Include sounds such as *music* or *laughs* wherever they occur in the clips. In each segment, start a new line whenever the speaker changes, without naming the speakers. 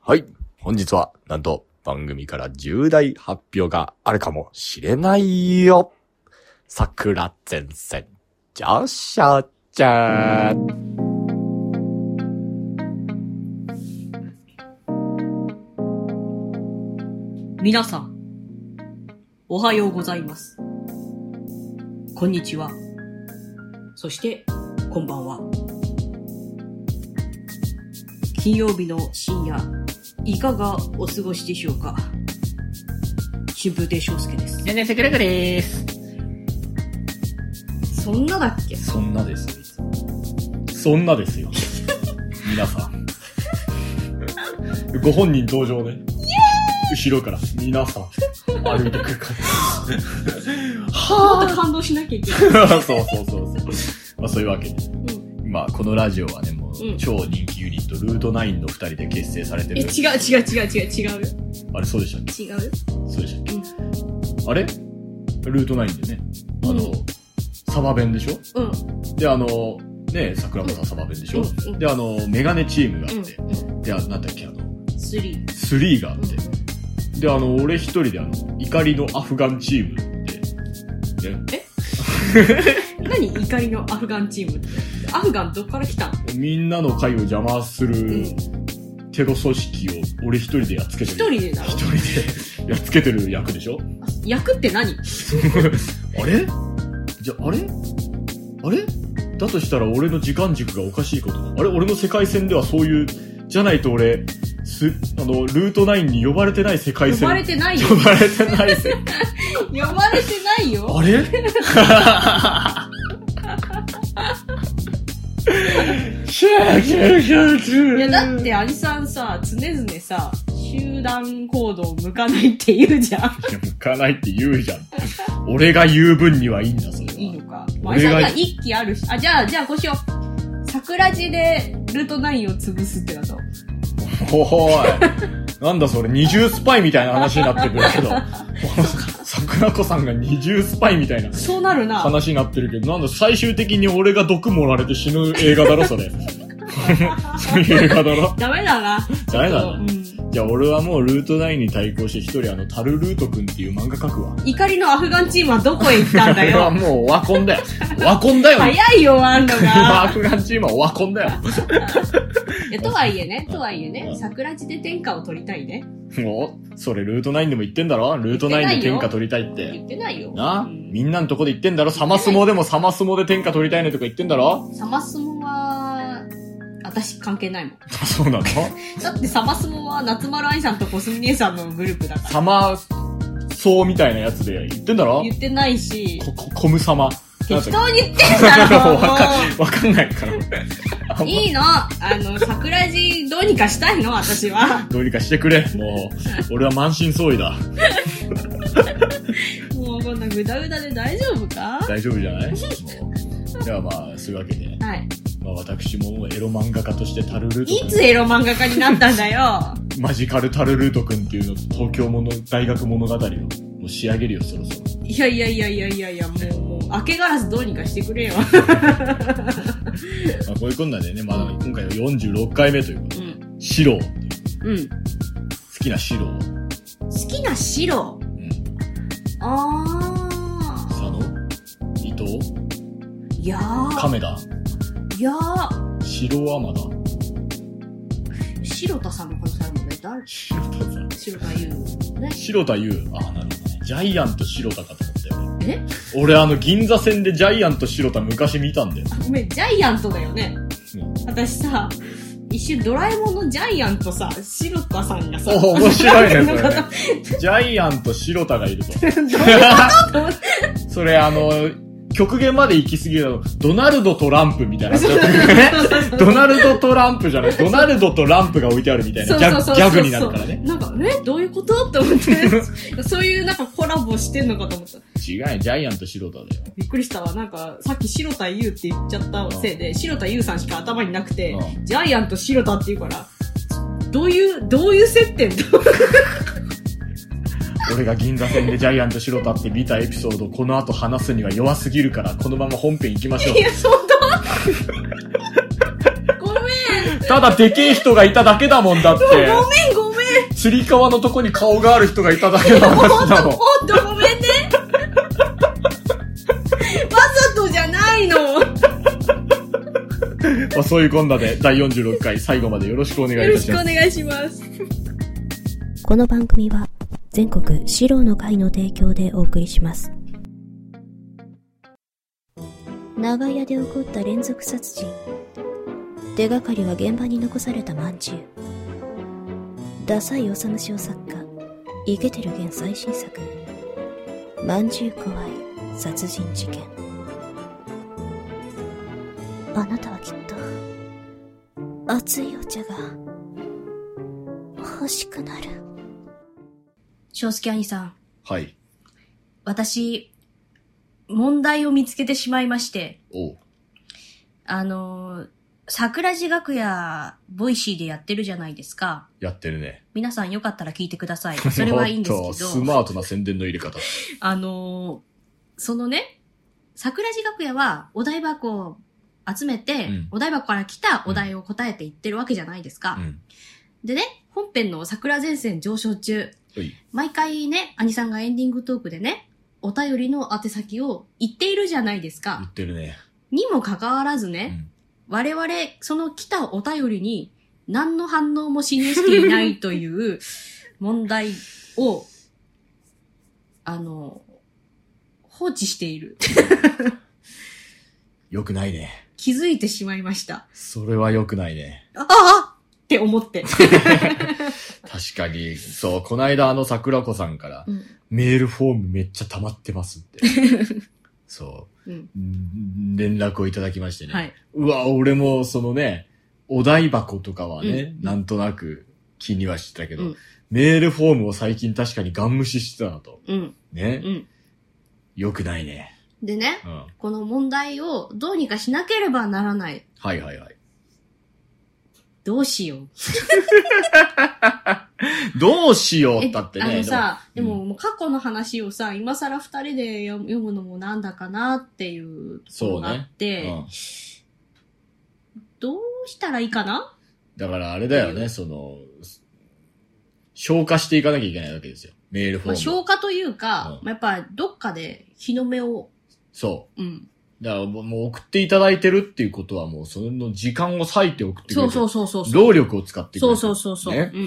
はい。本日は、なんと、番組から重大発表があるかもしれないよ。桜前線、ジャシャちゃん。
皆さん、おはようございます。こんにちは。そして、こんばんは。金曜日の深夜、いかがお過ごしでしょうか春風亭昇介です。
全然セクレクです。
そんなだっけ
そんなですそんなです
*laughs*
よ。皆さん。ご本人登場ね。後ろから、皆さん。歩いてくるか
もっと感動しなきゃいけない。
*laughs*
ら。そうそうそうそう。まあそういうわけで。
うん、
まあこのラジオはね、もう、
うん
超人気ユニット、ルートナインの二人で結成されて
え、違
る
う。違う違う違う違うよ。
あれそうでしたっけ
違うよ。
そうでしたっけ、あれルートナインでね。あの、
うん
サバ弁でしょ
うん。うん。
で、あの、ね、桜庭さんサバ弁でしょ、
うんうん
で、あの、メガネチームがあ
う
って、
ん。
で、あなんだっけ、あの、
スリー。
3があっ
う
て、
ん
で、あの、俺一人であの、怒りのアフガンチームって、ね、
何怒りのアフガンチームって。アフガンどっから来たの
みんなの会を邪魔する
一
テロ組織を俺一人でやっつけてる。
人でだろ
一人でやっつけてる役でしょ
役って何
あれじゃ、あれあれだとしたら俺の時間軸がおかしいことだあれ俺の世界線ではそういう、じゃないと俺、す、あの、ルート9に呼ばれてない世界
呼
線。
ばれてない
*laughs*
よ
呼ばれてない世界
*laughs* 呼ばれてないよ
あれシューシューシューシュー
いやだってアニさんさ常々さ集団行動を向かないって言うじゃん
いや向かないって言うじゃん。俺が言う分にはいいんだ、それ
いい
は。
のか
俺が
アニさんには一期あるしあじゃあじゃあこうしよう桜地でルートナインを潰すってなと
おー
*laughs*
い。なんだそれ、二重スパイみたいな話になってくるけど。 *laughs* 桜子さんが二重スパイみたいな
そうなるな
話になってるけど、なんだ最終的に俺が毒盛られて死ぬ映画だろ、そ *laughs* れ。そういう映画だろ。
ダメだな
ダメだな
う。ん
じゃあ俺はもうルート9に対抗して一人あのタルルートくんっていう漫画描くわ。
怒りのアフガンチームはどこへ行ったん
あ
だ
れは
よ
もうオワコンだよ。オワコン *laughs* だよ。
早いよ終わんの
ア
が
フガンチームはオワコンだよ。
いやとはいえねとはいえ
う
ね
ん
桜地で天下を取りたいね
もう、それルート9でも言ってんだろルート
言ってな
9
いよ
で天下取りたいって。
言ってないよ
な
うん
みんなのとこで言ってんだろサマスモでもサマスモで天下取りたいねとか言ってんだろ
サマスモは、私関係ないもん。
あそうなの
だってサマスモは夏丸愛さんとコスミネさんのグループだか
サマソウみたいなやつで言ってんだ
ら。
ろ
言ってないし、
こ、こ、コム様。なん
適
だっ
当に言ってんだ
け *laughs*
ろ
わか
も
わかんないから。
ういいのあの、桜地どうにかしたいの私は。
どうにかしてくれ。もう、俺は満身創痍だ。
もうこんなグダグダで大丈夫かは
大丈夫じゃないもうじゃあまあそういうわけで、
い。
まあ、私もエロ漫画家としてタルルート
いつエロ漫画家になったんだよ。
君マジカルタルルート君っていうのと東京もの大学物語をもう仕上げるよそろそろ
いやいやいやいやいやいや、もう、もう、明けガラスどうにかしてくれよ。
まあこういうこんなでね、まあ、今回は46回目ということ
う
で
ん。
シロー好
うん。
きなシロー
好きな白。
うん
あ
佐野伊藤
ー。いやー。
亀田
いやー。
シロアマダ
白田さんの可能性あるもんね。誰
白田さん
白田優ね。
白田優ああなるほどねジャイアント白田かと思ったよね
え
俺あの銀座線でジャイアント白田昔見たんだよ
ごめん、ジャイアントだよね。
う
私さ、一瞬ドラえもんのジャイアントさ、白田さんがさ、
お面白いねそ
な
れ
ん
ね
か
ジャイアンと白田がいると。
どういうこと
それあの、極限まで行き過ぎると、ドナルドとランプみたいな。
*laughs*
ドナルドとランプじゃない、ドナルドとランプが置いてあるみたいなギャグギャグになるからね。。
なんか、えどういうことって思って、そういうなんかコラボしてんのかと思った。
違うよ、ジャイアンと白田だよ。
びっくりしたわ。なんか、さっき白田優って言っちゃったせいで、白田優さんしか頭になくて、
う
ジャイアント白田って言うから、どういう、どういう接点だ
俺が銀座線でジャイアンと白田って見たエピソードをこの後話すには弱すぎるから、このまま本編行きましょう
い。や、そんな。ごめん。
ただでけえ人がいただけだもんだって。
ごめんごめん
つり革のとこに顔がある人がいただけの話だもん。
おっとごめんねわざとじゃないのよ
*laughs* まあ、そういうこんなで第46回最後までよろしくお願いい
ろ
た
し
し
くお
ます。
願いします
この番組は全国シロの会の提供でお送りします長屋で起こった連続殺人手がかりは現場に残されたまんじゅうダサいおさむしお作家イケてる現最新作「まんじゅう怖い殺人事件」あなたはきっと熱いお茶が欲しくなる正直兄さん
はい。
私、問題を見つけてしまいまして、
おう
あのー、桜地楽屋、ボイシーでやってるじゃないですか。
やってるね。
皆さんよかったら聞いてください。それはいいんです
おっとス
けど、
マートな宣伝の入れ方。
あのー、そのね、桜地楽屋はお台箱を集めて、
うん
お台箱から来たお題を答えていってるわけじゃないですか。
うん。
でね、本編の桜前線上昇中、
おい。
毎回ね、兄さんがエンディングトークでね、お便りの宛先を言っているじゃないです
言
か。
ってるね。
にもかかわらず
う
ね、
ん。
我々、その来たお便りに、何の反応も示していない
*laughs*
という問題を、あの、放置している。
よくないね。
気づいてしまいました。
それはよくないね。
ああって
*laughs*
思って。
確かに、そう、こないだあの桜子さんから、
うん
メールフォームめっちゃ溜まってますって。 *laughs* そ
うん
う、ん連絡をいただきましてね。
はい。
うわ、俺もそのね、お台箱とかはね、
うん
なんとなく気にはしてたけど、
うん
メールフォームを最近確かにガン無視してたなと。
うん。
ね。
うん。
よくないね。
でね、
うん。
この問題をどうにかしなければならない。
はいはいはい。
どうしよう。
どうしよう
え
ったってね。
あのさ、
で
で
も
も、もう過去の話をさ、今更二人で読む読むのもなんだかなっていうところがあって、
でもうん
どうしたらいいかな
だからあれだよね、その、消化していかなきゃいけないわけですよ。メールフォ
まあ、
ームを。
消化というか、
うん
まあ、やっぱどっかで日の目を、
そ
うん。
う。だからもうもう送っていただいてるっていうことはもうその時間を割いて送ってくれてる
そうそうそうそう。
労力を使ってくれて
そう
る
そうそうそう、
ね
う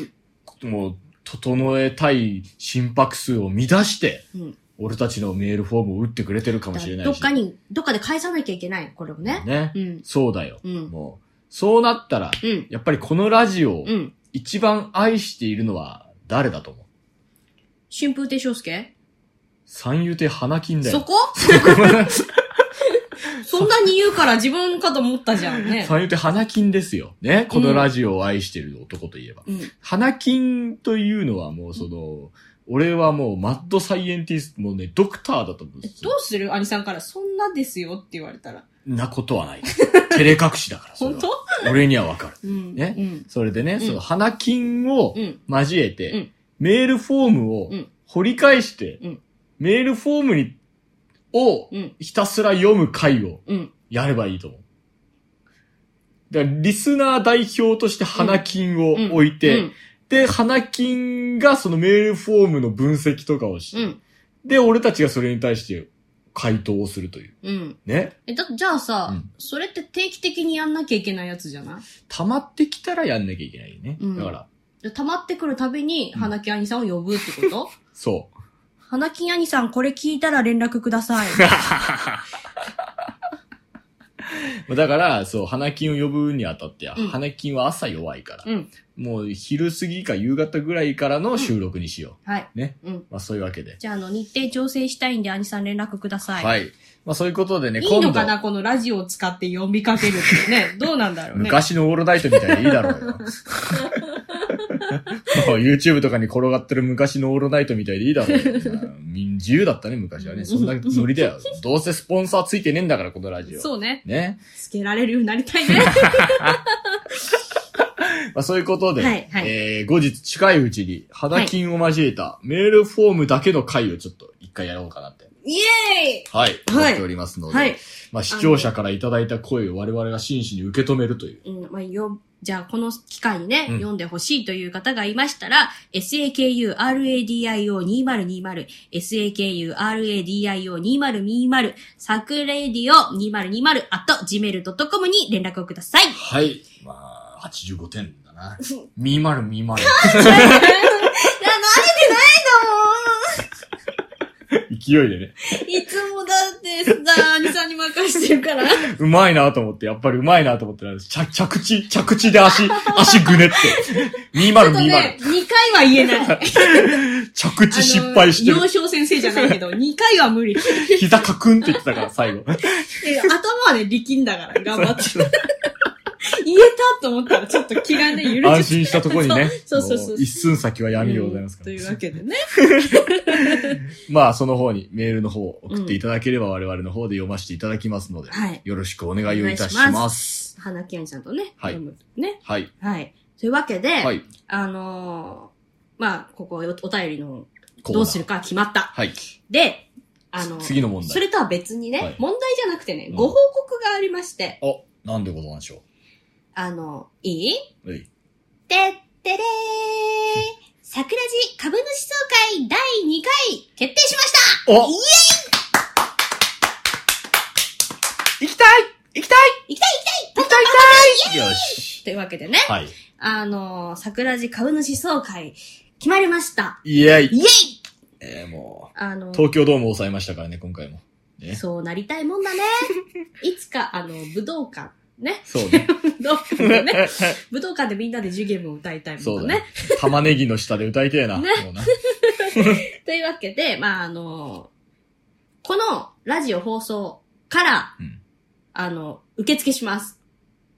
ん。
もう、整えたい心拍数を乱して、
うん
俺たちのメールフォームを打ってくれてるかも
だ
し
か
れ
ら
ないし。
どっかに、どっかで返さなきゃいけない、これをね。
ね。
うん。
そうだよ。
うん。
もう、そうなったら、
うん。
やっぱりこのラジオを
うん。
一番愛しているのは誰だと思う
春風亭昇介
三遊亭花金だ
そ
よ。
こ
*laughs*
そんなに言うから自分かと思ったじゃん
*laughs*
ね。
三遊亭花金ですよ。ね。このラジオを愛している男といえば。
うん。
花金というのはもうその、俺はもうマッドサイエンティスト、もうね、ドクターだと思うん
え
です
どうする兄さんから、そんなですよって言われたら。
なことはない。照れ隠しだから、それ
本
は
当
俺にはわかる。
うん。
ね
うん。
それでね、
ん
その花金を
うん。
交えて、
うん
メールフォームを
うん
掘り返して、
うん
メールフォームに、を
うん。
ひたすら読む回を
うん。
やればいいと思う。だから、リスナー代表として花金を
うん
置いて、
うん
で、花金がそのメールフォームの分析とかをして、
うん。
で、俺たちがそれに対して回答をするという。
うん。
ね。
え、だじゃあさ、
うん
それって定期的にやんなきゃいけないやつじゃない
溜まってきたらやんなきゃいけないね。
うん
だから、
で溜まってくるたびに、
うん
花金兄さんを呼ぶってこと
*laughs* そう。
花金兄さん、これ聞いたら連絡ください。
だから、そう、花金を呼ぶにあたって、
うん
花金は朝弱いから、
うん。
もう昼過ぎか夕方ぐらいからの収録にしよ
はい。
う。ね。
うん。
まあそういうわけで。
じゃあ、あの、日程調整したいんで、兄さん連絡ください。
はい。まあそういうことでね、
いい
今
の
度
か、なこのラジオを使って呼びかけるってね。どうなんだろうね。
昔のオールナイトみたいでいいだろう
*laughs*
よ。 *laughs* もう YouTube とかに転がってる昔のオールナイトみたいでいいだろうよ。まあみん自由だったね、昔はね。そんなノリだ
*laughs*
よ。どうせスポンサーついてねえんだから、このラジオ。
そうね。
ね。
つけられるようになりたいね。
まあ、そういうことで、
はいはい
えー、後日近いうちに、肌金を交えたメールフォームだけの回をちょっと一回やろうかなって
イエーイ
はい。
はい
やっておりますので、
はい。
まあ視聴者からいただいた声を我々が真摯に受け止めるという。
うん、まあ、よ、じゃあこの機会にね、
うん
読んでほしいという方がいましたら、sakuradio2020、sakuradio2020、サクレディオ2020、あと gmail.com に連絡をく
*laughs*
ださい。
はい。まあ、85点だな。2020。
な、慣
*laughs* 勢いでね。
れてないのいつもだって
*laughs*
さ、兄さんに任してるから。
うまいなと思って、やっぱりうまいなと思って、着着地、着地で
*laughs*
足、足ぐねって。
ちょっとね
2020。、
2回は言えない。
着地失敗して
あの
る。
幼少先生じゃないけど、2回は無理。で
膝カクンって言ってたから、
*laughs*
最後。
頭はね、力んだから、頑張って。
*laughs*
言えたと思ったら、ちょっと気がね、揺れちゃ
安
っ
心したところにね。
*laughs* そうそうそうそう
も一寸先は
た。
闇でございますか
と
ら。
いうわけでね。
まあ、その方にメールの方を送っていただければ、我々の方で読ませていただきますので、
はい
よろしくお願いをいたし
お願いし
ま。
ます花木愛さんとね、
はい
読むね。
はい。
はい。というわけで、
はい。
あのーまあ、ここ、おお便りの、
コーナー
どうするか決まった。
はい。
で、あのー
次の問題
それとは別にね、
はい
問題じゃなくてね
うん、
ご報告がありまして、
お、なんでございましょ。
あのいいう
はい。
てってれー桜地株主総会第2回決定しました
お
イエ
行きたい行きたい
イ行きたい行きたい
よし。
というわけでね、
はい。
あのー、桜地株主総会決まりました
イエイ
イエイ
えー、も
あの
う、
ー
東京ドーム抑えましたからね、今回も。ね。
そうなりたいもんだね。
*laughs*
いつか、あの、武道館。ね。
そうね。
武道館でね。武道館でみんなでジュゲムを歌いた
*laughs*
い
そ
も
うんだ
だ
ね
ね。。
玉ねぎの下で歌いてえな。
ね
もうな
というわけで、まあ、あのー、このラジオ放送から、
うん
あの、受付します。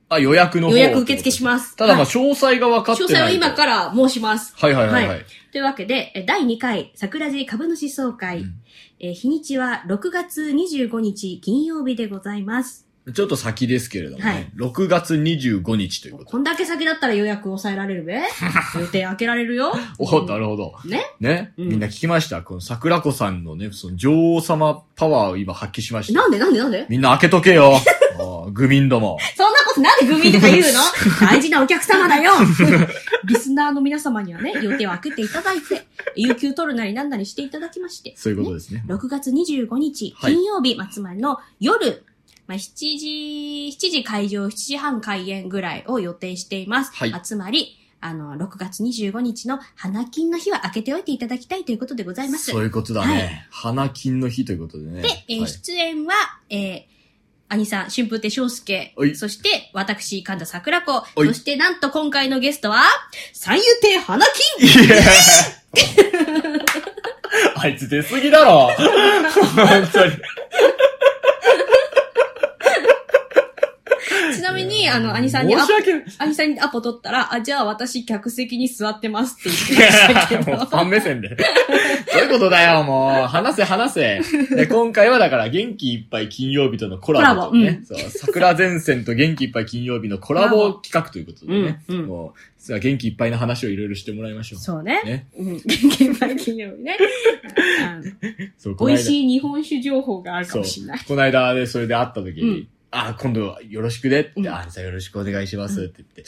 あ、予約の方。
予約受付し
す。
ます。
ただまあ、
はい
詳細が分かって
詳
ない。。
細は今からら申します。
はいはいはいはい。
というわけで、え第2回桜地株主総会、
うん
えー日にちは6月25日金曜日でございます。
ちょっと先ですけれども
はい
ね。6月25日ということ
こんだけ先だったら予約抑えられ
*laughs*
るべ。予定開けられるよ。
お、なるほど。
ね。
ね。
うん
みんな聞きました。この桜子さんのね、その女王様パワーを今発揮しました。
なんでなんでなんで
みんな開けとけ
*laughs*
よ。ああ愚民ども。
そんなことなんでグミとか言う
*laughs*
の大事なお客様だよ *laughs* リスナーの皆様にはね、予定を開けていただいて、有給取るなりなんなりしていただきまして。
そういうことですね。
6月25日、
はい
金曜日、まあつまりの夜、まあ、7時、7時会場、7時半開演ぐらいを予定しています。
はい
まあつまり、あの、6月25日の花金の日は開けておいていただきたいということでございます。
そういうことだね。花金の日ということでね。
で、えー
はい
出演は、えー、兄さん、春風亭昇介
お、い
そして、私、神田桜子、
おい
そして、なんと今回のゲストは、三遊亭花金
いや *laughs* あいつ出過ぎだろ *laughs* 本当に。
ちなみに、あの、兄さんにア
申
ポ
し、訳ない。
兄さんにアポ取ったら、あ、じゃあ私、客席に座ってますって言ってましたけ
*laughs* もう
ど *laughs*
フ。ァン目線で。どういうことだよ、もう。話せ、話せ。で、今回はだから、元気いっぱい金曜日とのコラボとね。そう、桜前線と元気いっぱい金曜日のコラボ企画ということでね。
うんうん
もう、実は元気いっぱいの話をいろいろしてもらいましょう。
そうね。
ね。
うん。現場金曜日
*laughs*
ね。あの
そう、この
美
間
味しい日本酒情報があるかもしれない。
*laughs* この間で、それで会った時に、
うん
あ、今度はよろしくねって、
うん
あ、兄さんよろしくお願いしますって言って、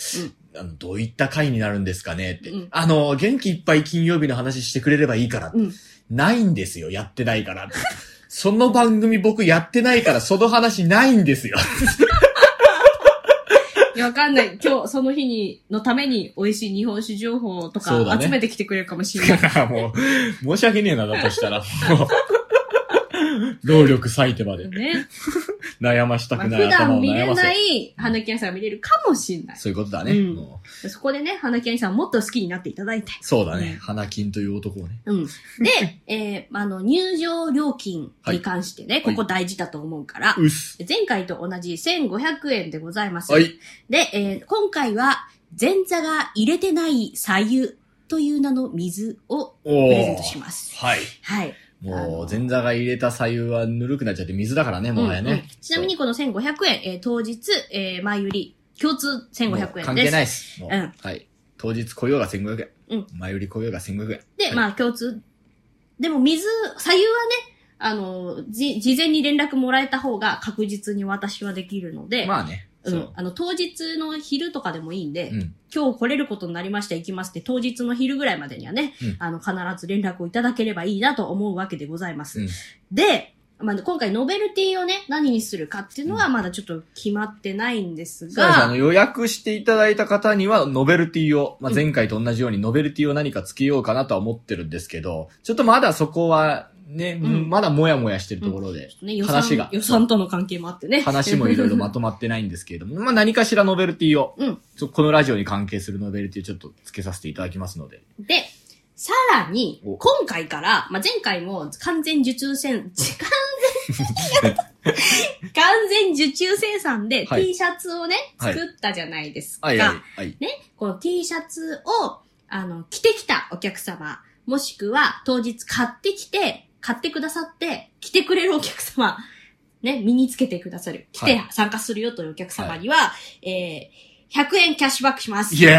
あの、どういった回になるんですかねって、
うん
あの、元気いっぱい金曜日の話してくれればいいからって、
うん
ないんですよ、やってないからって。 *laughs* その番組僕やってないから、その話ないんですよ。 *laughs*
いや、わかんない。今日、その日に、のために、美味しい日本酒情報と
そうだ
か、
ね
集めてきてくれるかもしれない。
*laughs* もう、申し訳ねえな、だとしたら、もう。労力割いてまで、
ね。
悩ました
ま
く
あ、
ない
普
頭
段
を
見れ
悩ませ。
ない花木屋さんが見れるかもしれない。
そういうことだね。
うん
もう
そこでね、花木屋さんをもっと好きになっていただいて。
そうだね
う。ん
花金という男をね。
うん。で、えー、あの、入場料金に関してね、
はい
ここ大事だと思うから、
うっす。
前回と同じ1500円でございます。
はい。
で、えー今回は、前座が入れてない左右という名の水をプ
お
レゼン
ー
トします。
はい。
はい。あ
も
の
う、前座が入れた左右はぬるくなっちゃって水だからね、もはや
うんうん
ね。
ちなみにこの1500円、えー当日、えー前売り、共通
そう、
1500円です。
もう関係ない
い。
です。もう
うん
はい。当日来ようが1500円。
うん
前売り来ようが1500円。
で、まあ共通。でも水、左右はね、あの、じ、事前に連絡もらえた方が確実に私はできるので、
まあね。
う
そ
ん
う。。
あの、当日の昼とかでもいいんで、
うん。
今日来れることになりました、行きますって、当日の昼ぐらいまでにはね、
うん
あの、必ず連絡をいただければいいなと思うわけでございます。
うん
で、まあ、今回ノベルティをね、何にするかっていうのはまだちょっと決まってないんです
そうです。あの、
が、
予約していただいた方には、ノベルティを、まあ、前回と同じように、ノベルティを何かつけようかなとは思ってるんですけど、ちょっとまだそこは、ね、
ん
まだもやもやしてるところで、
ね、予
話
算
が、
予算との関係もあってね。
話もいろいろまとまってないんですけれども、まあ、何かしらノベルティを、
うん
ちょこのラジオに関係するノベルティをちょっとつけさせていただきますので。
で、さらに、
お
今回から、まあ、前回も完全受注 *laughs* 戦、完
*laughs*
全、完全受注生産で
はい
T シャツをね、
はい
作ったじゃないですか。
はいはいはい。
この T シャツを、あの、着てきたお客様、もしくは当日買ってきて、買ってくださって、着てくれるお客様、ね、身につけてくださる、着
は
て
い
参加するよというお客様には、えー、100円キャッシュバックします。
イエーイ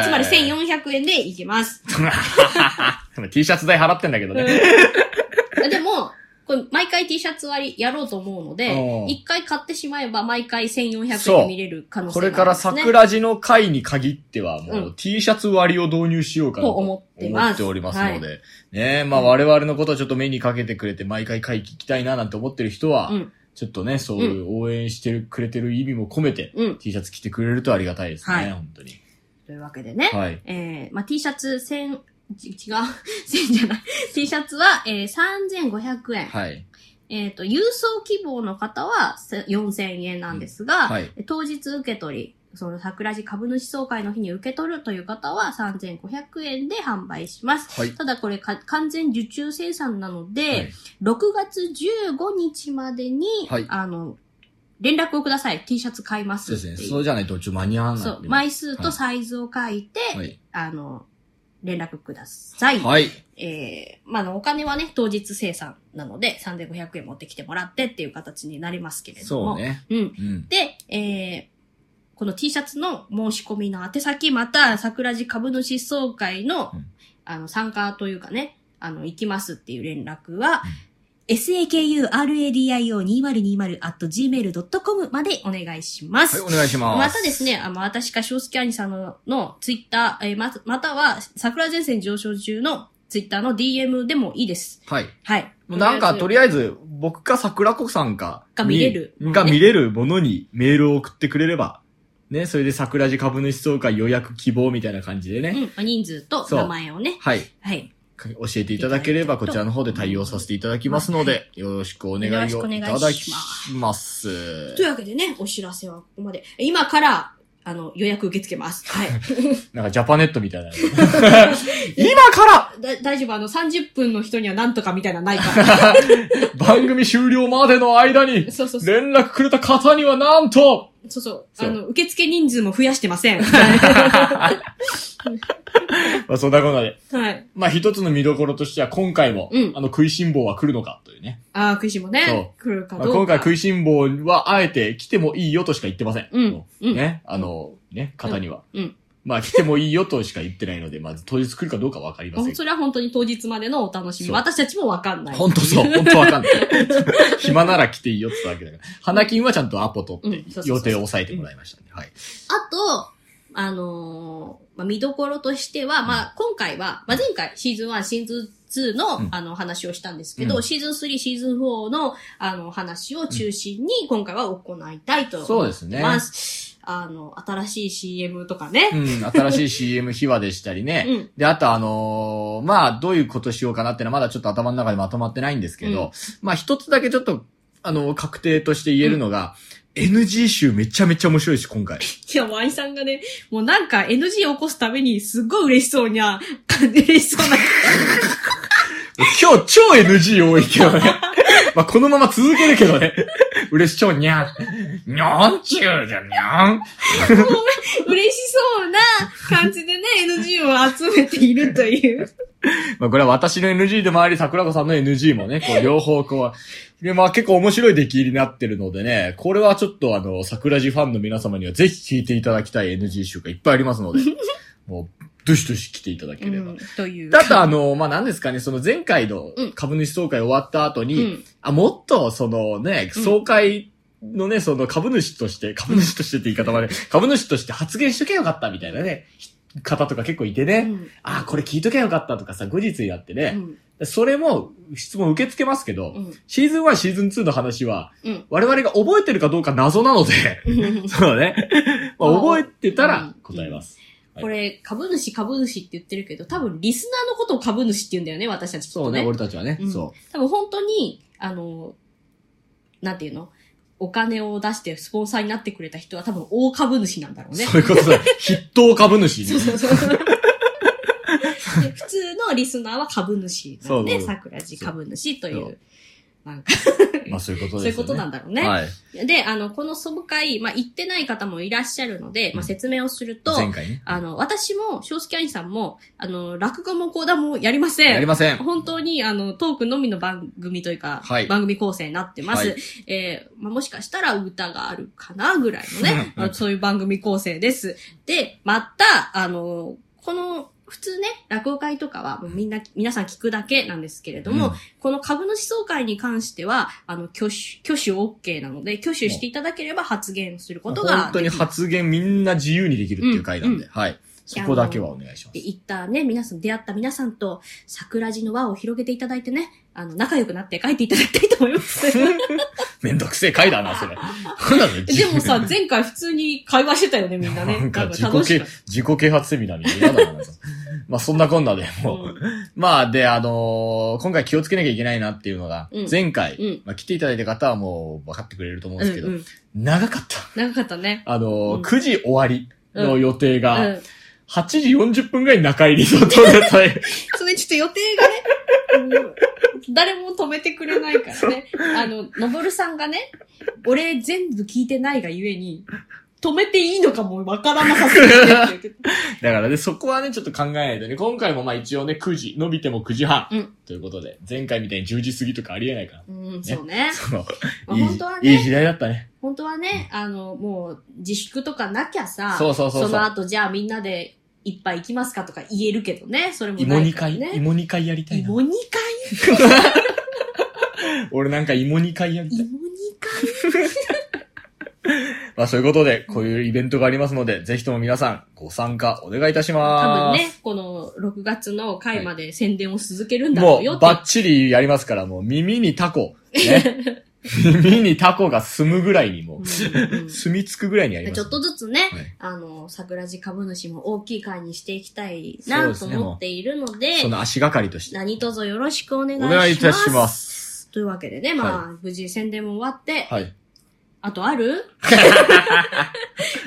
えつまり1400円でいけます。
*laughs* T シャツ代払ってんだけどね。
うん *laughs* でも、これ毎回 T シャツ割りやろうと思うので
お、ー
一回買ってしまえば毎回1400円
そう
で見れる可能性
こ
があ
れ
るんですね。
から桜地の会に限っては、も
う
う T シャツ割りを導入しようかなと
と思ってます
思っておりますので、ねえ、まあ我々のことをちょっと目にかけてくれて、毎回会聞きたいななんて思ってる人は、
うん
ちょっとね、そういう応援してるくれてる意味も込めて、
うん
T シャツ着てくれるとありがたいですね、
はい
本当に。
というわけでね。
はい。
えー、まあ、T シャツ1000、ち違う、1000じゃない。T シャツは、えー、3500円。
はい。
えっ、と、郵送希望の方はせ4000円なんですが、
はい。
当日受け取り、その桜地株主総会の日に受け取るという方は3500円で販売します。
はい。
ただこれか完全受注生産なので、
はい
6月15日までに、
はい
あの、連絡をください。T シャツ買いま
そ
す
うです
ってい
ね。
う。
そうじゃないとちょっと間に合わない。
そう、枚数とサイズを書いて、
はい。
あの、連絡ください。
はい。
えー、まああの、お金はね、当日生産なので、3500円持ってきてもらってっていう形になりますけれど
そ
も。
う。ね。
うん。
うん。
で、えー、この T シャツの申し込みの宛先、また、桜地株主総会の、
うん
あの、参加というかね、あの、行きますっていう連絡は、sakuradio2020.gmail.com までお願いします。
はい、お願いします。
またですね、あの、私か小介兄さんののツイッター、えーま、または桜前線上昇中のツイッターの DM でもいいです。
はい。
はい。
もうなんか、と
り
りあえず、僕か桜子さんかに。
が見れる
が見れるものにメールを送ってくれれば、ね、それで桜地株主総会予約希望みたいな感じでね。
あえずうんまあ、人数と名前をね。
はい。
はい。
か教えていただければ、こちらの方で対応させていただきますので、よろしくお願いをいただきます。
というわけでね、お知らせはここまで。今から、あの、予約受け付けます。
*laughs*
はい。
なんかジャパネットみたいな。 *laughs* 今か
だ大丈夫、あの、30分の人にはなんとかみたいなのないから。
ら *laughs* 番組終了までの間に、
そうそうそう。
連絡くれた方にはなんと *laughs*
そうそう。
そう
あの、受付人数も増やしてません。
まあそんなことで。
はい。
まあ一つの見どころとしては今回も、
うん
あの食いしん坊は来るのかというね。
ああ、くいしんもね
そ、
来るかど
ま
う
あ、
か。
今回食いしん坊はあえて来てもいいよとしか言ってません。
うん
も
うん
ね、あの、ね、方には。
うんうん
まあ来てもいいよとしか言ってないので、まず当日来るかどうかわかりません。
それは本当に当日までのお楽しみ。
そう
私たちもわかんない。
本当そう、本当わかんない。暇なら来ていいよって言ったわけだから。花金はちゃんとアポ取って
うんそうそう、そう
予定を抑えてもらいましたね。はい。
あと、あのーまあ、見どころとしては、まあ、今回は、まあ、前回シーズン1、シーズン2の、
うん
あの、話をしたんですけど、
うん
シーズン3、シーズン4の、あの、話を中心に、今回は行いたいと思います。
そうですね。
あの、新しい CM とかね。
うん、新しい CM 秘話でしたりね。
うん
で、あとあのーまあ、どういうことしようかなってのはまだちょっと頭の中でまとまってないんですけど、まあ一つだけちょっと、あの、確定として言えるのが、NG 集めちゃめちゃ面白いし、今回。
いや、ワイさんがね、もうなんか NG を起こすために、すっごい嬉しそうにゃ、嬉し
*laughs*
そうな。
今日超 NG 多いけどね。まあ、このまま続けるけどね。嬉しそうにゃん。にゃんちゅうじゃにゃん。
嬉しそうな感じでね、NG を集めているという。
*laughs* まあ、これは私の NG でもあり、桜子さんの NG もね、こ
*laughs*
う、両方こう、でまあ、結構面白い出来になってるのでね、これはちょっとあ
*laughs*
の、桜地ファンの皆様にはぜひ聞いていただきたい NG 集がいっぱいありますので、もう、どしどし来ていただければ。
うんという。
だとあの、まあ、何ですかね、その前回の
うん
株主総会終わった後
う
に、
ん。
あ、もっと、そのね、
うん
総会のね、その株主として、株主としてって言い方はね、株主として発言しとけばよかったみたいなね、方とか結構いて
う
ね、
ん。
あ、これ聞いとけばよかったとかさ、後日になって
う
ね、
ん
それも質問受け付けますけど、
うん
シーズン1、シーズン2の話は、
うん
我々が覚えてるかどうか謎なので、
うん
そう
*laughs*
ね、まあ、
まあ
覚えてた
うん
ら答えます。
これ、株主、株主って言ってるけど、多分リスナーのことを株主って言うんだよね、私たちきっ
そ
と
うね、俺たちはね、
うん
そ
多分本当に、あの、なんていうのお金を出してスポンサーになってくれた人は多分大株主なんだろう
う。
ね。
そういう
*laughs*
ことだ。筆頭株主。
そうそうそう。で普通のリスナーは株主なの
そう
で、
そう
桜地株主とい
そうう、
なんか、
まあそういうこ
そ
と
うい
で
う
すよ
こ
ね。
となんだろうね。
はい。
で、あの、この総会、まあ、行ってない方もいらっしゃるので、まあ、説明をすると、
前回ね。
あの、私も、正介兄さんも、あの、落語も講談もやりません。
やりません。
本当に、あの、トークのみの番組というか、
はい
番組構成になってます。
はい、
えーまあ、もしかしたら歌があるかな、ぐらいのね
*laughs*
あのそういう番組構成です。で、また、あの、この、普通ね、落語会とかは、もうみんな、皆さん聞くだけなんですけれども、
うん
この株主総会に関しては、あの、挙手、挙手 OK なので、挙手していただければ発言することが
本当に
できる
発言みんな自由にできるっていう回なんで、
う
はい。そこだけはお願いしま。
です行ったね、皆さん、出会った皆さんと、桜地の輪を広げていただいてね、あの、仲良くなって帰っていただきたいと思います。
*laughs*
*laughs*
めんどくせえ回だな、それ。なんだろう
でもさ、前回普通に会話してたよね、みんなね。
な
なんん
か
か
自
楽
己
し
啓
かっ
自己啓発セミナーみたいな嫌だな。なんかまあそんなこんな
*laughs*
で
た。う
もう、まあで、あのー今回気をつけなきゃいけないなっていうのが、
うん
前回、
うん
まあ来ていただいた方はもう分かってくれると思うん
ん
ですけど、
うんうん
長かった。
長かったね。
あのー
うん
9時終わりの予定
う
が、
ん。
8時40分ぐらいに中入りの到達で、
*laughs* それちょっと予定がね、うん誰も止めてくれないからね。あの、のぼるさんがね、俺全部聞いてないがゆえに、止めていいのかもわからなさすぎてって言ってた。
だからね、そこはね、ちょっと考えないとね、今回もまあ一応ね、9時、伸びても9時半、
うん
ということで、前回みたいに10時過ぎとかありえないから。
うん、そうね。
その
まあ
いい
本当はね
いい時代だったね。
本当はね、あの、もう自粛とかなきゃさ、
そうそうそうそう
の後じゃあみんなでいっぱい行きますかとか言えるけどね、それも
芋
ない
2
から
回、
ね。
芋2回やりたいな。
芋2回
俺なんか芋2回やりたい。 *laughs*
芋2回
まあそういうことで、こういうイベントがありますので、ぜひとも皆さん、ご参加お願いいたし
多
ま
分
す。
ね、この6月の回まで宣伝を続けるんだろ
も
うよ
う、
って。
バッチリやりますから、もう耳にタ *laughs* コ。ね、耳にタコが住むぐらいにもう、
うんうん
住み着くぐらいにやります
ちょっとずつね、
はい
あの、桜地株主も大きい会にしていきたい
そう
な
で
と
すね
思っているので、
その足がかりとして。
何卒よろしくお願いし
お
ます。
願いいたします。
というわけでね、まあ、無事宣伝も終わって、
はい。
あと
*laughs*
ある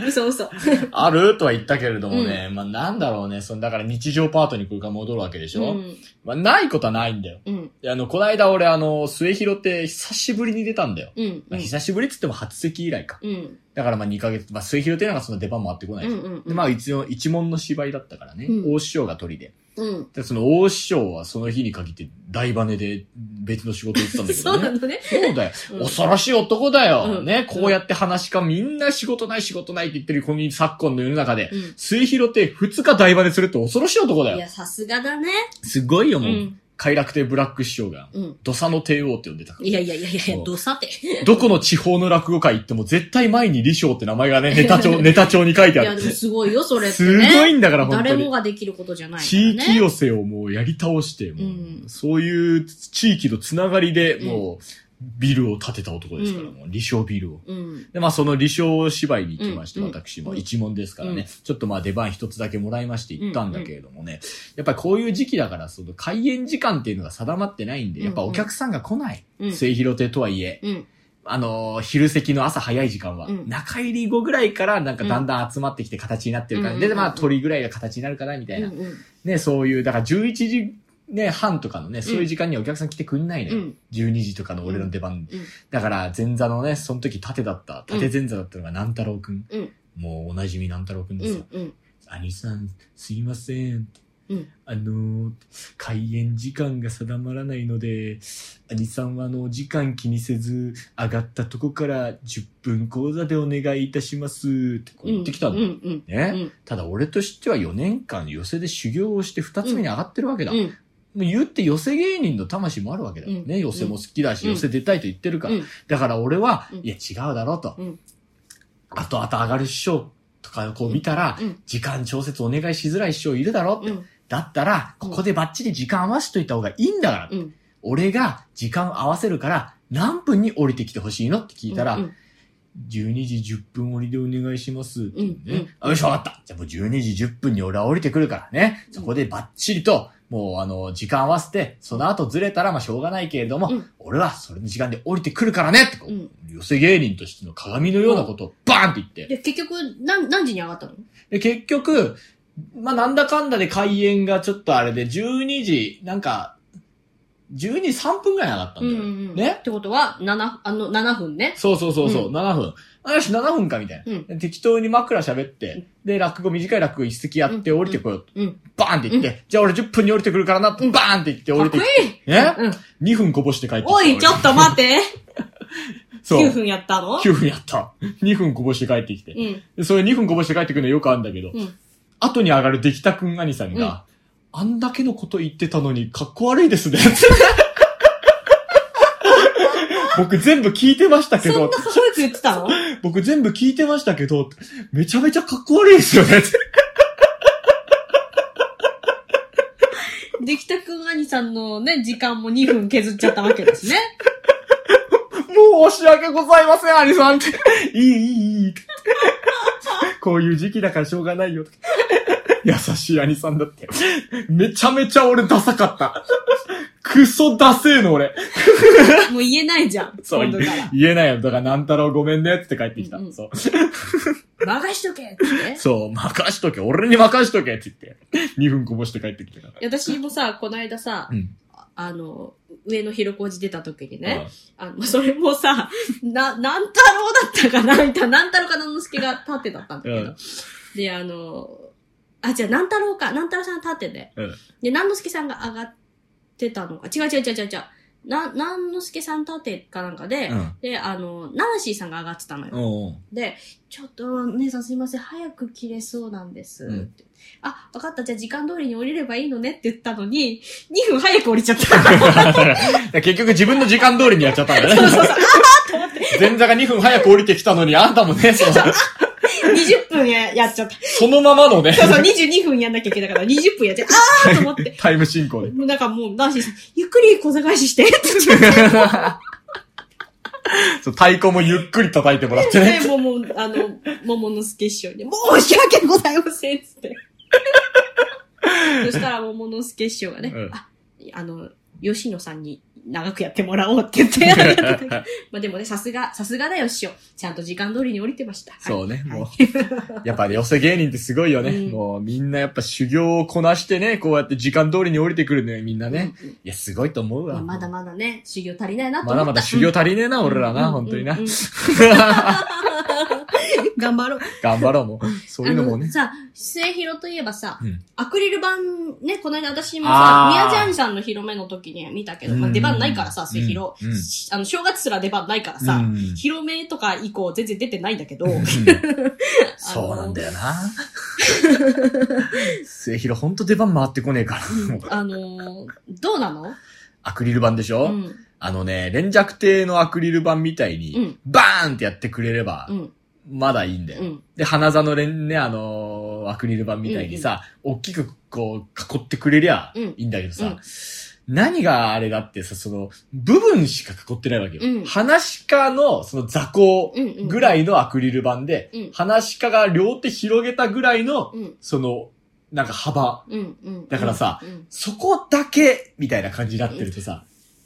嘘嘘。
あるとは言ったけれどもね、まあなんだろうね、そのだから日常パートにこれから戻るわけでしょ、
うん。
まあないことはないんだよ。
うん。
であの、こないだ俺あの、末広って久しぶりに出たんだよ。
うん。
まあ久しぶりっつっても初席以来か。
うん。
だからまあ2ヶ月、まあ末広ってなんかその出番もあってこない
うん。う
し。
ん。
で、まあ一応一門の芝居だったからね、
うん
大師匠が鳥で。
うん。
で、その大師匠はその日に限って大バネで別の仕事行ってたんだけ
*laughs* そ
ど
うな
ね。
のね。
そうだよ。
うん
恐ろしい男だよ。
うん
ね、こうやって話かみんな仕事ない仕事ないって言ってるこの昨今の世の中で、
うん
末広って2日台場でするって恐ろしい男だ
い
よ。
や、さすがだね。
すごいよ、
う
もう。
ん。
快楽亭ブラック師匠が、
うん。
土佐の帝王って呼んでたから
いやいやいやいや
そう、
どさて。い *laughs*
どこの地方の落語会行っても絶対前に李翔って名前
*laughs*
がね、ネタ帳、ネタ帳に書いてあ
や、
る
で。もすごいよ、それって
す
ね。
ごいんだから、本当
誰も
に。
ができることじゃないから
地
ね。
域寄せをもうやり倒して、もう
うん
そういう地域のつながりで、
うん
もう、ビルを建てた男ですから、
うん
もう、李翔ビルを。
うん。
で、まあ、その理想芝居に行きまして、
うん
私
う
も
ん
一問ですからね、
うん
ちょっとまあ出番一つだけもらいまして行ったんだけれどもね、やっぱりこういう時期だから、その開演時間っていうのが定まってないんで、やっぱお客さんが来ない。
うん。
末広亭とはいえ、
うん。
あのー昼席の朝早い時間は、
うん
中入り後ぐらいからなんかだんだん集まってきて形になってる感じで、
うん
でまあ鳥ぐらいが形になるかな、みた
う
い
ん
な、
うん。
ね、そういう、だから11時、ね、半とかのね、そういう時間にはお客さん来てくんないの
う
よ。
ん。
12時とかの俺の出番、
うん
だから前座のねその時縦だった縦前座だったのが南太郎くん、
うん
もうおなじみ南太郎くんで
う
すよ
ん。うん。
「兄さんすいません」
うん
あのー開演時間が定まらないので、兄さんはあの、時間気にせず、上がったとこから10分講座でお願いいたしますってこう言ってきたの。
うんうん
ね、
うん
ただ俺としては4年間寄席で修行をして2つ目に上がってるわけだ。
うん
もう言って寄席芸人の魂もあるわけだよね。
うん
寄席も好きだし、
うん
寄席出たいと言ってるから。
うん
だから俺は、
うん
いや違うだろうと。
うん
あとあと上がる師匠とかこう見たら、
うん
時間調節お願いしづらい師匠いるだろうって。
うん
だったら、ここでバッチリ時間合わしといた方がいいんだから。
うん
俺が時間合わせるから、何分に降りてきてほしいのって聞いたら、
うんうん
12時10分降りでお願いしますってね。
うんうん
あ、よし、わかった。じゃあもう12時10分に俺は降りてくるからね。そこでバッチリと、もうあの、時間合わせて、その後ずれたらまあしょうがないけれども、
うん
俺はそれの時間で降りてくるからねってこう、
うん
寄せ芸人としての鏡のようなことをバーンって言って。
で、結局、何、何時に上がったの
で、結局、まあなんだかんだで開演がちょっとあれで、12時、なんか、12時3分ぐらいに上がったんだよ。ね
ってことは、7、あの、7分ね。
そうそうそうそう、
う
7分。あ、よし、7分か、みたいな。
うん
で適当に枕喋って、で、落語、短い落語一席やって
うん
降りてこようと。
うん
バーンって言って、じゃあ俺10分に降りてくるからな、バーンって言って降
かっ
り
こ
て
い
きて。
い
ね、
うん
?2 分こぼして帰ってきた
おい、ちょっと待って
そう
!9 分やったの
9分やった。2分こぼして帰ってきて。
うん。
でそれ2分こぼして帰ってくるのよくあるんだけど、
うん
後に上がる出来たくん兄さんが、あんだけのこと言ってたのに、かっこ悪い
*laughs*
ですね。僕全部聞いてましたけ
そ
ど
んな、すごい言ってたの
僕全部聞いてましたけど、めちゃめちゃかっこ悪いですよね。
できたくん兄さんのね、時間も2分削っちゃったわけです
*laughs*
ね。
もう申し訳ございません、兄さんって。いい、いい、いい。こういう時期だからしょうがないよ。優しい兄さんだって。めちゃめちゃ俺ダサかった。クソダセーの俺。
もう言えないじゃん。
そう
今度から。
言えないよ。だから、なんたろうごめんねって帰ってきた。
うんうん
そう。
任しとけってね。
そう、任しとけ。俺に任しとけって言って。2分こぼして帰ってきてから。
いや私もさ、この間さ、
うん
あの、上の広小路出た時にね、
うん
あの、それもさ、な、なん太郎だったかなみたいな、なん太郎かなんのすけが立ってだったんだけど、
うん
で、あの、あ、じゃあ、なん太郎か、なん太郎さんが立ってて、
うん
で、なんのすけさんが上がってたのか、違う違う違う違う違う、な、なんのすけさん立ってかなんかで、
うん
で、あの、ナンシーさんが上がってたのよ。
おう
で、ちょっと、姉さんすいません、早く切れそうなんです。
うん
ってあ、わかった、じゃあ時間通りに降りればいいのねって言ったのに、2分早く降りちゃった。
おう結局自分の時間通りにやっちゃったんだね。
そうそうそう。
前座が2分早く降りてきたのに、あんたもね、その、
20分ややっちゃった。
そのままのね、
そうそう、22分やんなきゃいけないから、20分やっちゃった。あーと思って。
タイム進行で。
もうなんかもう、ナンシーさん、ゆっくり小座返しして。
*laughs* そう太鼓もゆっくり叩いてもらってね。
*laughs* で、もも、あの、桃之助師匠に、申し訳ございませんっつって。そしたら桃之助師匠がね、
うん
あ、あの、吉野さんに長くやってもらおうって言ってあ
*laughs*
げてたけどまあでもね、さすが、さすがだよ、師匠。ちゃんと時間通りに降りてました。はい
そうね、もう。やっぱね寄せ芸人ってすごいよね。
うん
もうみんなやっぱ修行をこなしてね、こうやって時間通りに降りてくるのよ、みんなね。いや、すごいと思う
まあ
わ。
まだまだね、修行足りないなと思
まだ
った。
まだ修行
うん
足りねえな、俺らな、本当にな
うん。うん頑張ろう。
頑張ろうもう。そういうのも
あ
ね
の。さ、末広といえばさ、
うん
アクリル板、ね、この間私も
あ
さ、
ー
宮地兄さんの広めの時に見たけど、ま
う
あ、
ん
出番ないからさ、末広、
うんうん
しあの、正月すら出番ないからさ、
うん
広めとか以降全然出てないんだ
*laughs*
けど、
そうなんだよな。末広ほんと出番回ってこねえから。もう
あのー、どうなの
アクリル板でしょ、
うん、
あのね、連弱艇のアクリル板みたいに、
うん
バーンってやってくれれば
う、ん、
まだいいんだよ。
うん、
で、花座の連ね、あのーアクリル板みたいにさ、大きくこう、囲ってくれりゃ
うん
いいんだけどさ、
うん
何があれだってさ、その、部分しか囲ってないわけよ。
うん
花鹿の、その座高
うん、うん。
ぐ
い。
らいのアクリル板で、
うん
花鹿が両手広げたぐらいの、
うん、
その、なんか幅、
うん、うん。
だからさ
うん、
そこだけ、みたいな感じになってるとさ、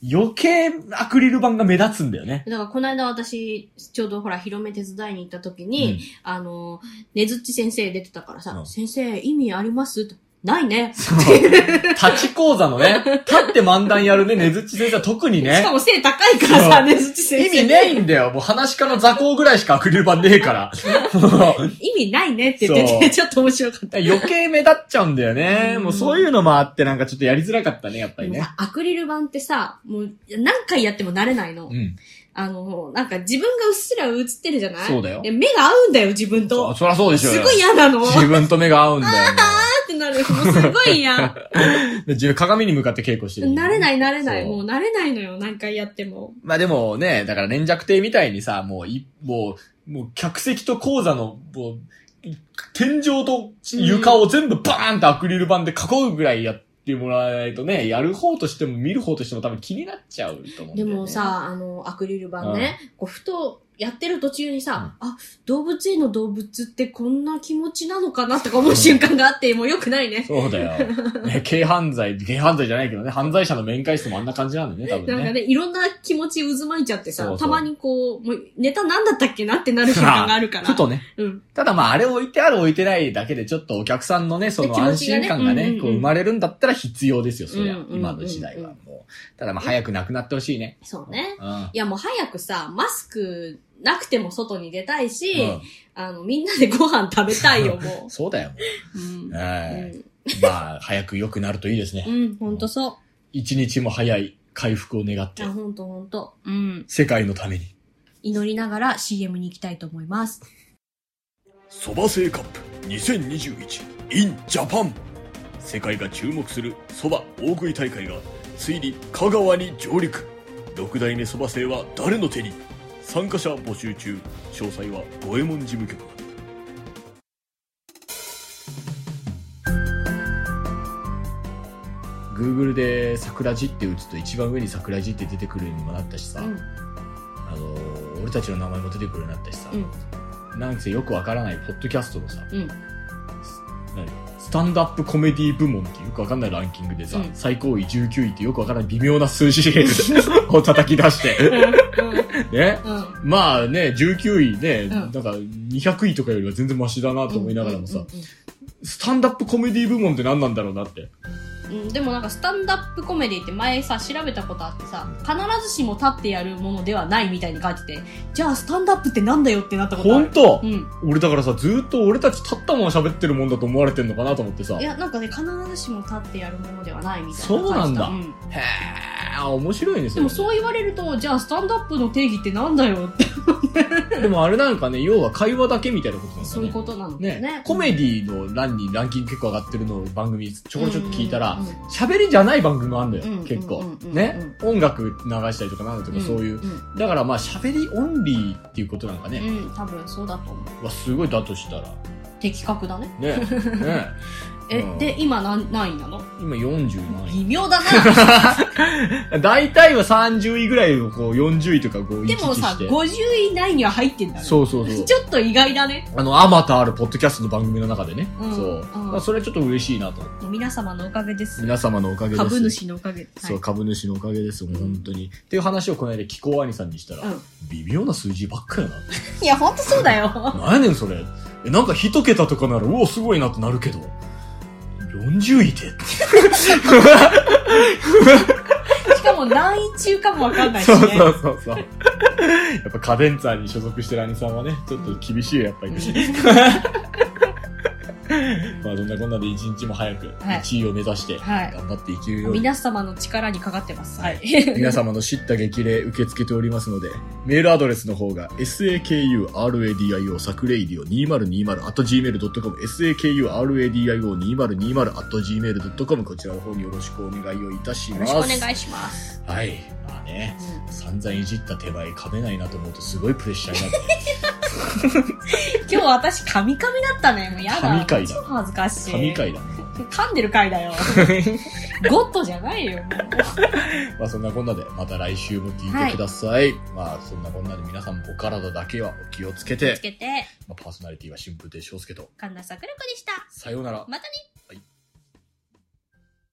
余計アクリル板が目立つんだよね。
だから、この間私、ちょうどほら、広め手伝い *laughs* に行った時に、あの、ねずっち先生出てたからさ、
うん
先生、意味ありますとないね。
立ち講座のね、立って漫談やるね、根づっち先生は特に
し
ね
か、も背高いから
そ
さ、
う
ねずち先
意
生。
味ねえんだよ。もう話し家の座高ぐらいしかアクリル板ねえ
*laughs*
から。
意味ないねって言って
そう
て、ちょっと面白かった。
余計目立っちゃうんだよね。もうそういうのもあってなんかちょっとやりづらかったね、やっぱり
でも
ね。
さアクリル板ってさ、もう何回やっても慣れないの。
うん。
あの、なんか自分がうっすら映ってるじゃない
そうだよ
で、目が合うんだよ、自分
そ
と。
そりゃそうでしょう
す
よ
ごい嫌なの。あ
自分と目が合うんだよ、
*laughs* ーってなる。もうすごい嫌。
*laughs* ね。で自分鏡に向かって稽古してる。
慣れない慣れない。
そう
もう慣れないのよ、何回やっても。
まあでもね、だから連弱亭みたいにさ、もうい、もう、もう客席と講座の、もう、い天井と床を全部バーンとアクリル板で囲うぐらいやってもらわないとね、やる方としても見る方としても多分気になっちゃうと思うんだ
で
よ、ね。
も、さ、あの、アクリル板ね、こう、ふと、やってる途中にさ、あ、動物園の動物ってこんな気持ちなのかなとか思う瞬間があって、もう良くないね。
そうだよ。ね、軽犯罪、軽犯罪じゃないけどね、犯罪者の面会室もあんな感じなんだよね、多分ね。
なんかね、いろんな気持ち渦巻いちゃってさ、
そうそう
たまにこう、もう、ネタなんだったっけなってなる瞬間がある
*laughs*
から。
ふとね。
うん。
ただまあ、あれ置いてある置いてないだけで、ちょっとお客さんのね、その
気持
安
ちが
心
ね
感が
うんうん
ね
うん、
こう生まれるんだったら必要ですよ、そりゃ
うんうん。うん
今の時代はもう。ただまあ、早くなくなってほしいね。
そうね。
うん。
いやもう早くさ、マスクなくても外に出たいし、
うん
あの、みんなでご飯食べたいよ、も
そうだよ。もう
う。
*laughs*
うん。
はいまあ、早く良くなるといいです
う
ね。
ん、ほんとそ
一日も早い回復を願っ
う。
て
あ、、ほんとほんと。うん。
世界のために。
祈りながら CM に行きたいと思います。
そば製カップ2021 in ジャパン世界が注目するそば大食い大会がついに香川に上陸6代目そば製は誰の手に参加者募集中詳細は五右衛門事務局
グーグルで桜地って打つと一番上に桜地って出てくるようにもなったしさ、
うん
あのー俺たちの名前も出てくるようになったしさ、
う
なんせよくわからないポッドキャストのさ、
うん
す何スタンドアップコメディ部門ってよくわかんないランキングでさ、
うん
最高位19位ってよくわからない微妙な数字 *laughs* を叩き出して、ね。
うん。
まあね、19位ね、
ん
なんか200位とかよりは全然マシだなと思いながらもさ、
うん
スタンドアップコメディ部門って何なんだろうなって。
うんうんうんでもなんかスタンダップコメディって前さ調べたことあってさ必ずしも立ってやるものではないみたいに書いててじゃあスタンダップってなんだよってなったことある
本当、
うん
俺だからさ、ずーっと俺たち立ったまま喋ってるもんだと思われてんのかなと思ってさ。
いやなんかね必ずしも立ってやるものではないみたいな
そうなんだ
書いてた
へー、面白いね、
でもそう言われると、じゃあスタンダップの定義ってなんだよって、
う。でもあれなんかね、要は会話だけみたいなことなんだね。
そういうことなの
ね
ね。ね
コメディの欄にランキング結構上がってるのを番組ちょこちょこ聞いたら
うん、
喋、りじゃない番組もあんだよ、
うん
結構
うんうんう。ん
ね、音楽流したりとかなんだとか、そういう。
うん
だからまあ喋りオンリーっていうことなんかね。
うん、うん多分そうだと思う。
わ、すごいだとしたら。
的確だね。 *laughs*
ね。ね。
え、
うん
で、今何何位なの
今47位。
微妙だ
*laughs*
な。
大体は30位ぐらいをこう40位とかこう行
で
き来
もさ
し、て。
50位以内には入ってんだね。
そうそうそう。
ちょっと意外だね。
あの、あまたあるポッドキャストの番組の中でね。
うん
そう
うん。
だからそれはちょっと嬉しいなと。
皆様のおかげです。
皆様のおかげです。
株主のおかげ。はい
そう、株主のおかげです、もう本当に。っていう話をこの間、気候兄さんにしたら、
うん
微妙な数字ばっかやな。
いや、ほんとそう
*laughs*
だよ。
なんやねん、それ。え、なんか一桁とかなら、うお、すごいなってなるけど、40位で。
しかも何位中かもわかんないし
そう
ね。
そうそうそう。やっぱカデンツァーに所属してる兄さんはね、ちょっと厳しいよ、やっぱ *laughs* り。まあ、そんなこんなで一日も早く、
はい
1位を目指して、
はい
頑張っていけるように。
皆様の力にかかってます。はい。
皆様の知った激励受け付けておりますので、メールアドレスの方が、sakuradio サクレイディオ2020 at gmail.com、sakuradio2020 at gmail.com、こちらの方によろしくお願いをいたし
よ
ま
ろ
す。
しくお願いします。
はい。まあね、散々いじった手前噛めないなと思うとすごいプレッシャーにな *laughs* って、
今日私、カミカミだったね。もうやだ。
神回だ
超恥ずかしい。
神回だね。
噛んでる回
*laughs*
だよ。ゴッドじゃないよ。
まあそんなこんなで、また来週も聞いてください。まあそんなこんなで皆さんもお体だけはお気をつけて
つ、けて、
まあ、パーソナリティは春風亭昇介と、
神田桜子でした。
さようなら。
またね